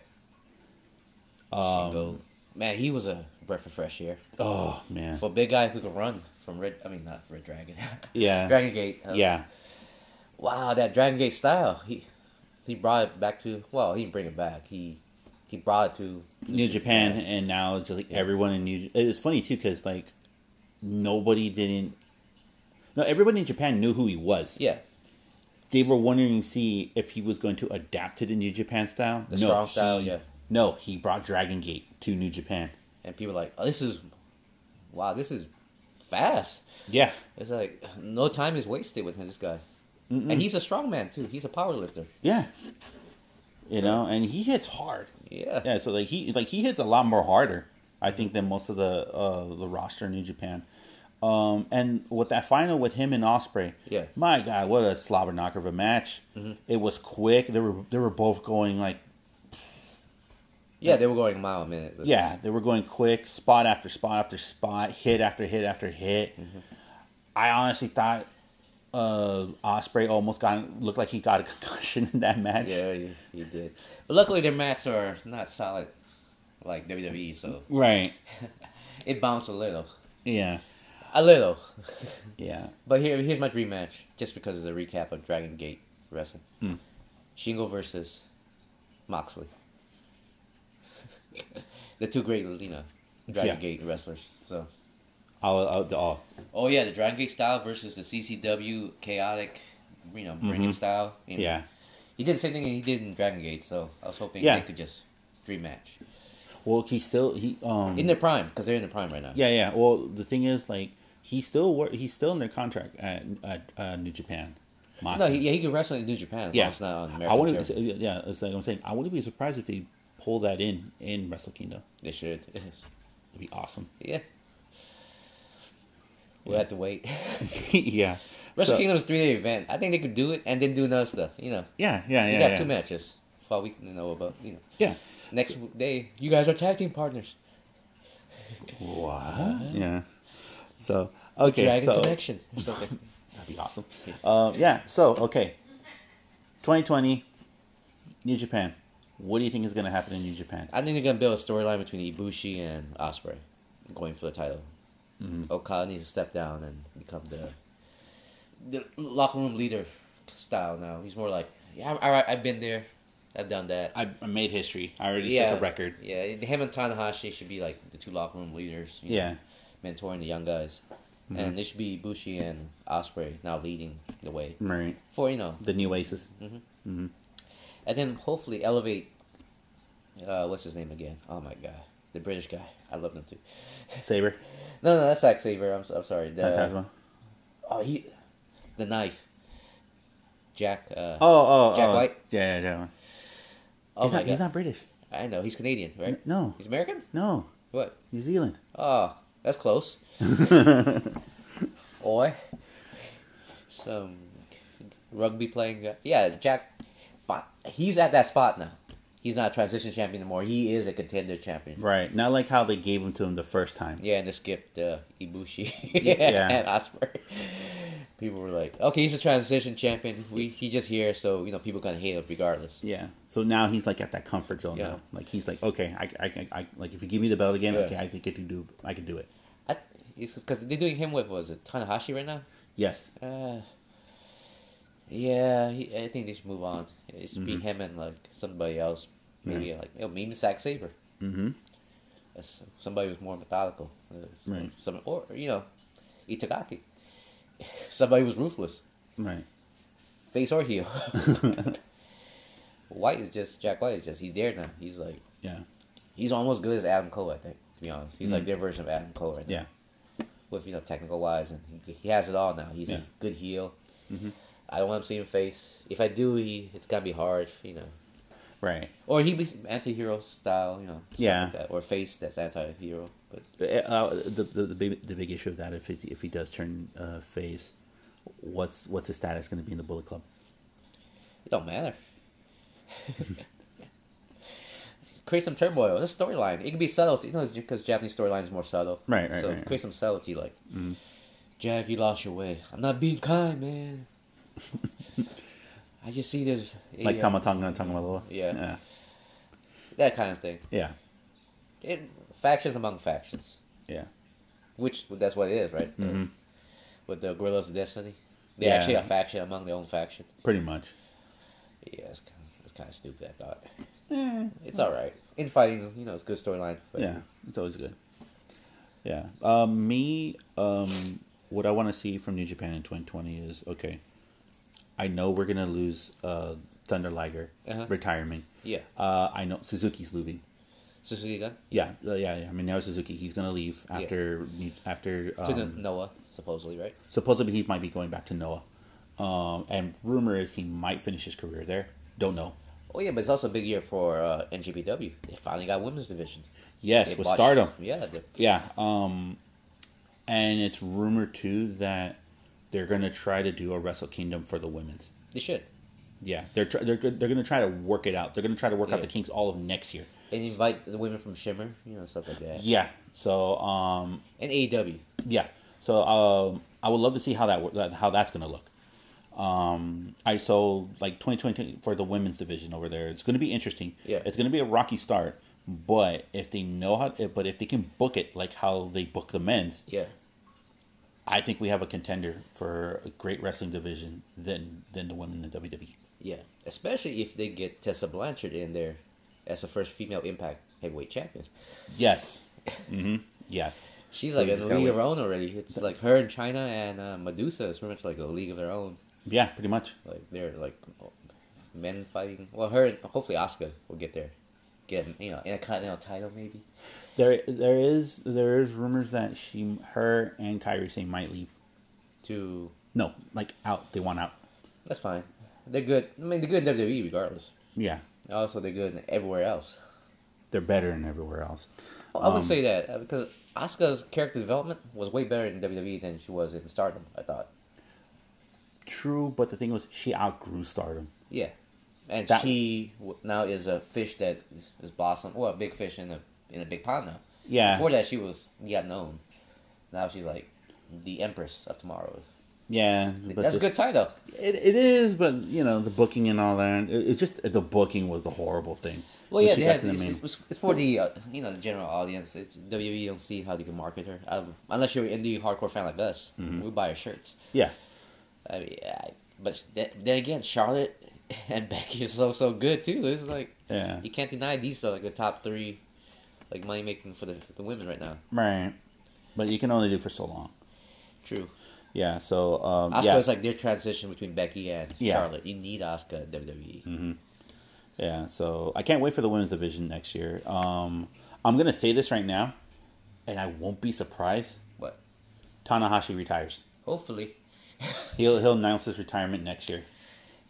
Um, Shingo. Man, he was a breath of fresh air. Oh man, For a big guy who could run from Red, I mean, not Red Dragon. <laughs> yeah, Dragon Gate. uh, yeah, Wow, that Dragon Gate style. He he brought it back to, well, he didn't bring it back. He he brought it to New Japan, and now it's like everyone in New. It's funny too because like nobody didn't. No, everybody in Japan knew who he was. Yeah. They were wondering to see if he was going to adapt to the New Japan style. The no, strong style, he- yeah. No, he brought Dragon Gate to New Japan. And people like, oh, this is, wow, this is fast. Yeah, It's like no time is wasted with this guy, and he's a strong man too. He's a power lifter. yeah. You know, and he hits hard. Yeah. Yeah, so like he like he hits a lot more harder, I think, than most of the uh, the roster in New Japan. Um, and with that final with him and Osprey, Yeah. my God, what a slobber knocker of a match! Mm-hmm. It was quick. They were they were both going like Yeah, they were going a mile a minute. but- yeah, they were going quick, spot after spot after spot, hit after hit after hit. Mm-hmm. I honestly thought uh, Osprey almost got looked like he got a <laughs> concussion in that match. yeah, he, he did. But luckily, their mats are not solid like WWE, so Right. it bounced a little, Yeah. a little. Yeah. But here, here's my dream match, just because it's a recap of Dragon Gate Wrestling: Hmm. Shingo versus Moxley, <laughs> the two great you know, Yeah. Dragon Gate wrestlers. So. I'll, I'll, I'll Oh yeah, the Dragon Gate style versus the CCW chaotic, you know, bring it style. you Mm-hmm. know. yeah. he did the same thing he did in Dragon Gate, so I was hoping Yeah. Mm-hmm. they could just rematch Well, he still he um in their prime because they're in the prime right now. yeah yeah. Well, the thing is like he still wor- he's still in their contract at, at uh, New Japan. No, Moxley. he, yeah, he could wrestle in New Japan. As yeah, yeah. long as it's not on I American wouldn't. territory. Yeah, it's like I'm saying. I wouldn't be surprised if they pull that in in Wrestle Kingdom. They should. <laughs> It'd be <laughs> awesome. yeah, we will have to wait. <laughs> yeah. Wrestle So- Kingdom's three day event. I think they could do it and then do another stuff. You know, Yeah, yeah, yeah. you yeah, got two matches. That's all we can know about. You know, Yeah. next day you guys are tag team partners. What? Yeah. So okay, Dragon so Connection. or something. <laughs> that'd be awesome. Um, yeah. So okay, 2020, New Japan. What do you think is going to happen in New Japan? I think they're gonna build a storyline between Ibushi and Osprey, going for the title. Mm-hmm. Okada needs to step down and become the the locker room leader style now. He's more like, yeah, all right, I've been there, I've done that. I, I made history. I already yeah, set the record. Yeah, him and Tanahashi should be like the two locker room leaders. you Yeah. Mm-hmm. know, mentoring the young guys, and it should be Ibushi and Osprey now leading the way Right. for you know The new Aces. and then hopefully elevate. Uh, what's his name again? Oh my god, the British guy. I love them too. Saber. No, no, that's Zack Saber. I'm, s- I'm sorry. The, Phantasma. Oh, he, the knife. Jack. Uh, Oh, oh, Jack oh. White? Yeah, yeah, that one. oh he's, my not, God. he's not British. I know he's Canadian, right? No, He's American. no. What? New Zealand. Oh, that's close. Oi. Some rugby playing guy. Yeah, Jack. but He's at that spot now. He's not a transition champion anymore. He is a contender champion. Right. Not like how they gave him to him the first time. Yeah, and they skipped uh, Ibushi <laughs> Yeah. and Osprey. People were like, "Okay, he's a transition champion. We he's just here, so you know people gonna hate him regardless." Yeah. So now he's like at that comfort zone. Yeah. Now. Like he's like, okay, I, I, I, I- like if you give me the belt again, Yeah. okay, I think I can do, I can do it. I because they're doing him with what is it Tanahashi right now? Yes. Uh, yeah, he, I think they should move on. It should Mm-hmm. be him and like somebody else, maybe like you know, maybe Zack Saber, Mm-hmm. That's somebody who's more methodical, Uh, some, Right. some- or you know, Itagaki, <laughs> somebody who's ruthless. Right. face or heel. <laughs> White is just Jack White is just he's there now. He's like <laughs> Yeah. he's almost good as Adam Cole, I think. To be honest, he's like their version of Adam Cole right now. Mm-hmm. Yeah. With you know technical wise, and he, he has it all now. He's Yeah. Mm-hmm. a good heel. I don't want him seeing face. If I do, he it's gotta be hard, you know. Right. Or he be anti-hero style, you know. stuff Yeah. Like that. Or face that's anti-hero, but Uh, Uh, the, the the big the big issue of that if he, if he does turn uh, face, what's what's his status going to be in the Bullet Club? it <laughs> don't matter. create some turmoil. It's a storyline. It can be subtle, you know, because Japanese storyline is more subtle. Right, Mm-hmm. right, So right, right. create some subtlety, like Jack, you lost your way. I'm not being kind, <laughs> man. I just see this. Like yeah, Tamatanga and Tangamaloa. Yeah. Yeah. That kind of thing. Yeah. It, factions among factions. Yeah. Which, that's what it is, right? hmm With the Gorillas of Destiny. They're Yeah. actually a faction among their own faction. Pretty much. Yeah, it's kind of, it's kind of stupid, I thought. Eh, It's alright. Infighting, you know, it's good storyline. but- yeah. It's always good. Yeah. Um, me, um, what I want to see from New Japan in 2020 is okay. I know we're gonna lose uh, Thunder Liger Uh-huh. retirement. Yeah. Uh, I know Suzuki's leaving. Suzuki Gun? Yeah, uh, yeah, yeah. I mean, now Suzuki, he's gonna leave after after To the um, Noah, supposedly, right? supposedly he might be going back to Noah, um, and rumor is he might finish his career there. Don't know. Oh, yeah, but it's also a big year for uh, NGPW. They finally got women's division. Yes, They with bought- Stardom. Yeah, they- Yeah, um, and it's rumored too that they're gonna try to do a Wrestle Kingdom for the women's. they should. Yeah, they're tr- they're they're gonna try to work it out. They're gonna try to work out Yeah. the kinks all of next year. And invite the women from Shimmer, you know, stuff like that. Yeah. So um, And E AEW. Yeah. So um, I would love to see how that wo- that- how that's going to look. Um, I so like 2020 for the women's division over there. It's going to be interesting. Yeah. It's going to be a rocky start, but if they know how, if- but if they can book it like how they book the men's, Yeah. I think we have a contender for a great wrestling division than than the E. women in WWE. Yeah. Especially if they get Tessa Blanchard in there as the first female Impact heavyweight champion. Yes. hmm Yes. She's like we a just gotta league of wait. her own already. It's like her and China and uh, Medusa is pretty much like a league of their own. Yeah. Pretty much. Like they're like men fighting. Well, her and hopefully Asuka will get there, get you know intercontinental title maybe. There there is there is rumors that she her and Kyrie Sane might leave. To No, like out. They want out. that's fine. They're good. I mean, they're good in WWE regardless. Yeah. Also, they're good in everywhere else. they're better than everywhere else. I would Um, say that uh, because Asuka's character development was way better in WWE than she was in Stardom. I thought. True, but the thing was, she outgrew Stardom. Yeah, and That- she w- now is a fish that is, is blossom. Well, a big fish in a in a big pond now. Yeah. Before that, she was yeah known. Now she's like the Empress of Tomorrow. Yeah, but That's a just- good title. It, it is, but you know the booking and all that. It, it's just the booking was the horrible thing. Well, When yeah, she they got had, to the it's, main- it's- it's for the uh, you know the general audience. It's, WWE don't see how they can market her um, unless you're an indie hardcore fan like us. Mm-hmm. We buy her shirts. yeah, I mean, I, but th- then again, Charlotte <laughs> and Becky is so so good too. It's like Yeah. you can't deny these are like the top three, like money making for the the women right now. right. But you can only do for so long. True. Yeah, so um, Asuka yeah, is like their transition between Becky and Yeah. Mm-hmm. Charlotte. You need Asuka at E. WWE. yeah. So I can't wait for the women's division next year. Um, I'm gonna say this right now, and I won't be surprised. But Tanahashi retires. hopefully, He'll he'll announce his retirement next year,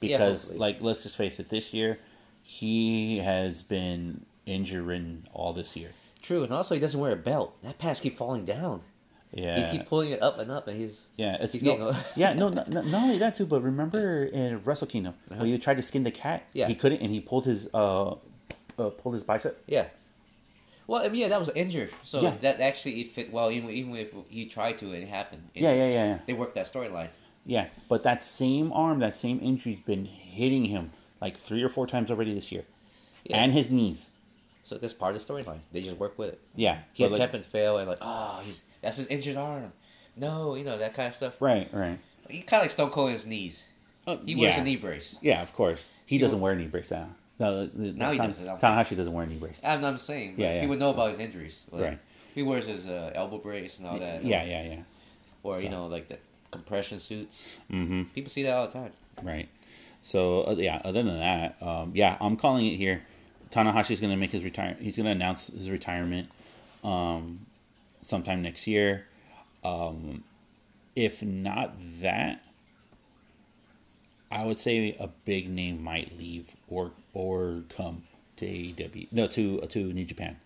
Yeah, because hopefully. like let's just face it, this year he has been injury ridden all this year. true. And also, he doesn't wear a belt. That pass keep falling down. Yeah, He keep pulling it up and up, and he's yeah, it's, he's no- getting old. yeah. <laughs> No, no, no, not only that too, but remember in Wrestle Kingdom when you tried to skin the cat, Uh-huh. Yeah. he couldn't, and he pulled his uh, uh pulled his bicep. yeah. Well, I mean, yeah, that was injured, so Yeah. that actually it fit well. Even even if he tried to, it happened. It- Yeah, yeah, yeah, yeah. They worked that storyline. Yeah, but that same arm, that same injury's been hitting him like three or four times already this year, Yeah. and his knees. So that's part of the storyline. They just work with it. Yeah, He but, had like- tap and fail, and like, oh, he's that's his injured arm. No, you know that kind of stuff. right, right. He kind of like Stone Cold in his knees. Oh, He wears yeah. a knee brace. Yeah, of course. He You- doesn't wear knee brace now. No, the, Now he Tan- doesn't, I'm- Tanahashi doesn't wear knee brace. I'm, I'm saying, like, Yeah, yeah, he would know so- about his injuries. Like, Right. He wears his uh, elbow brace and all that. Yeah, yeah, yeah. Or so- you know, like the compression suits. Mm-hmm. People see that all the time. Right. So uh, yeah, other than that, um, yeah, I'm calling it here. Tanahashi's going to make his retire. He's going to announce his retirement um, sometime next year. Um, if not that, I would say a big name might leave or or come to AEW. No, to uh, to New Japan.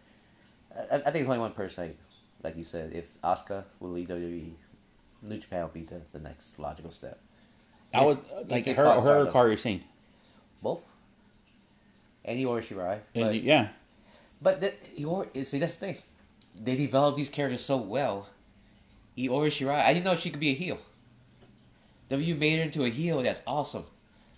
I, I think it's only one person, like, like you said. If Asuka will leave WWE, E, New Japan will be the, the next logical step. I If- would if like they her bought her or Stardom. Kairi Sane. Both. And Iori Shirai. And but- yeah, But the, you are- see, that's the thing. They developed these characters so well Io Shirai. I didn't know she could be a heel. W made her into a heel. That's awesome.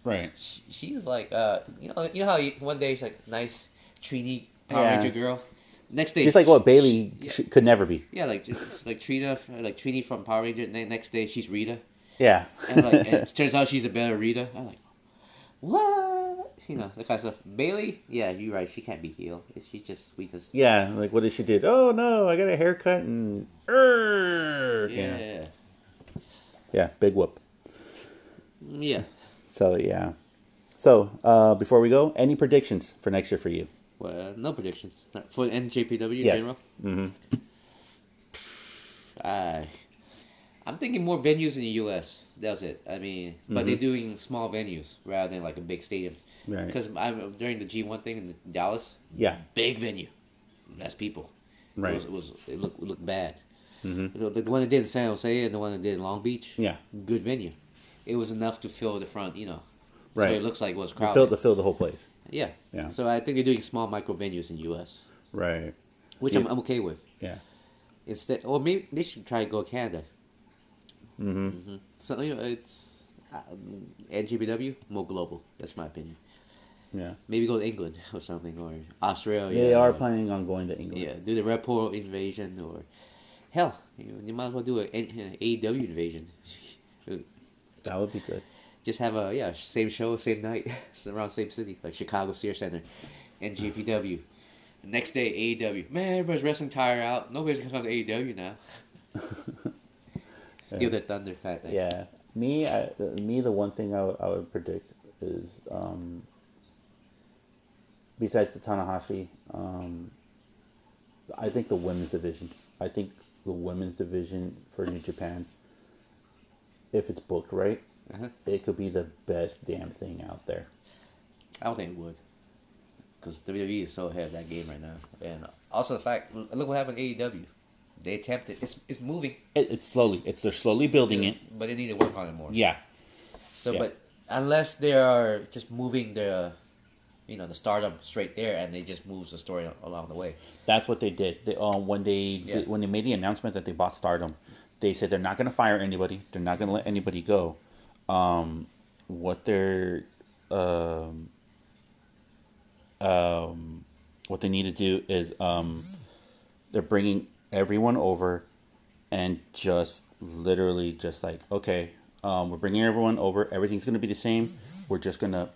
Right. She, she's like, uh, you know, you know how you, one day she's like nice, trini Power Yeah. Ranger girl. Next day She's like what Bailey Yeah. sh could never be. yeah, like like Trina, like Trini from Power Ranger. And then next day she's Rita, Yeah. and <laughs> like and it turns out she's a better Rita. I'm like, what? You know that kind of stuff. Bailey, yeah, you're right. She can't be heel. She's just sweetness. yeah. Like what did she did? Oh no, I got a haircut and. Err. yeah. Yeah. yeah, Yeah. Big whoop. So yeah. So uh, before we go, any predictions for next year for you? Well, no predictions Not for NJPW Yes. in general. Mm-hmm. I, I'm thinking more venues in the U.S. That's it. I mean, but they're doing small venues rather than like a big stadium. Mm-hmm. Right. Because I'm during the G1 thing in Dallas, Yeah. big venue, less people. Right. Mm-hmm. It was, it, was, it looked it looked bad. The, the one that did in San Jose and the one that did in Long Beach. Yeah. Good venue. It was enough to fill the front, you know. Right. So it looks like it was To crowded. fill to fill the whole place. yeah. Yeah. So I think they're doing small micro venues in U.S Right. which Yeah. I'm, I'm okay with. Yeah. Instead, or maybe they should try to go Canada. Mm-hmm. So you know, it's um, NGBW more global. That's my opinion. Yeah. Maybe go to England <laughs> or something, or Australia. They are or- planning on going to England. Yeah, do the Red Pearl invasion, or hell, you, know, you might as well do uh, an AEW E invasion. <laughs> That would be good. Just have a yeah, same show, same night, <laughs> it's around same city, like Chicago Sears Center, and GPW. The next day, AEW. Man, everybody's wrestling tired out. Nobody's gonna come to <laughs> AEW now. Steal the thunder kind of thing. Yeah, me, I, the- me. The one thing I would- I would predict is, um, besides the Tanahashi, um, I think the women's division. I think the women's division for New Japan, if it's booked right, Uh-huh. it could be the best damn thing out there. I don't think it would, because WWE E is so ahead of that game right now. And also the fact, l- look what happened to AEW. They attempted. It's it's moving, It, it's slowly. It's they're slowly building it. but they need to work on it more. Yeah, So, Yeah. but unless they are just moving the, you know, the stardom straight there, and they just moves the story a- along the way. That's what they did. They, um, when they Yeah. when they made the announcement that they bought Stardom, they said they're not going to fire anybody. They're not going to let anybody go. Um, what they're um, um, what they need to do is um, they're bringing everyone over and just literally just like okay, um, we're bringing everyone over. Everything's going to be the same. We're just going to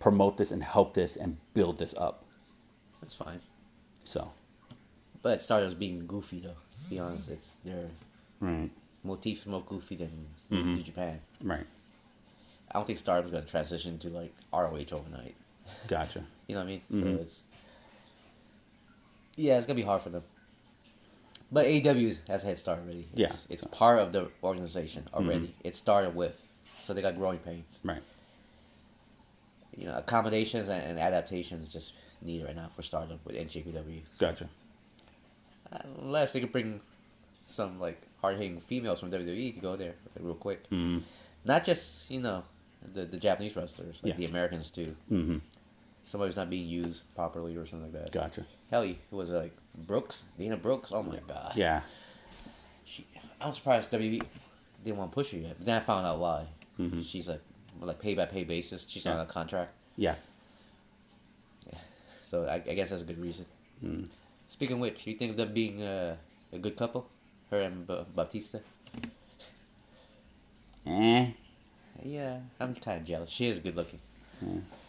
promote this and help this and build this up. That's fine. So But Stardom's being goofy though. To be honest, it's their right. motif is more goofy than Mm-hmm. New Japan. Right. I don't think Stardom's gonna transition to like ROH overnight. Gotcha. You know what I mean? Mm-hmm. So it's yeah, it's gonna be hard for them. But AEW has a head start already. It's, Yeah. Mm-hmm. it's part of the organization already. It started with, so they got growing pains. Right. You know, accommodations and, and adaptations just needed right now for Stardom with NJPW. Gotcha. Unless they could bring some like hard hitting females from WWE to go there like, real quick. Mm-hmm. mm Not just you know the the Japanese wrestlers, like Yeah. the Americans too. Mm-hmm. Somebody who's not being used properly or something like that. Gotcha. Hell, it was like Brooks, Dana Brooks. Oh my god. Yeah. She, I'm surprised WWE didn't want to push her yet. But then I found out why. She's like like pay by pay basis. She's Mm-hmm. Yeah. on a contract, Yeah. so I, I guess that's a good reason. Speaking of which, you think of them being uh, a good couple, her and B- Baptista? Eh. Yeah, I'm kind of jealous. She is good looking.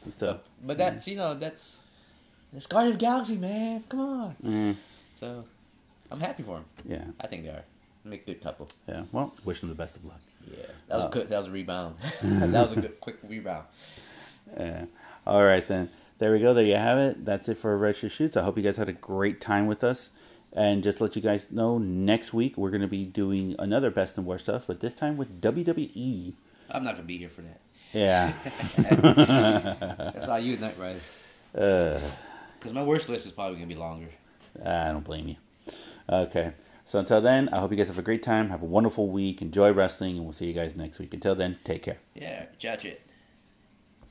It's the, But that's you know that's that's Guardian of the Galaxy, man. Come on. eh. So I'm happy for them. Yeah. I think they are. Make a good couple. Yeah. Well, wish them the best of luck. Yeah, that was good. That was a rebound. <laughs> that was a good, quick rebound. Yeah. All right then. There we go. There you have it. That's it for Red Shirt Shoots. I hope you guys had a great time with us. And just to let you guys know, next week we're going to be doing another best and worst stuff, but this time with WWE. I'm not gonna be here for that. <laughs> Yeah. That's all you and Knight Rider. Because my worst list is probably gonna be longer. I don't blame you. Okay. So until then, I hope you guys have a great time. Have a wonderful week. Enjoy wrestling, and we'll see you guys next week. Until then, take care. Yeah, judge it.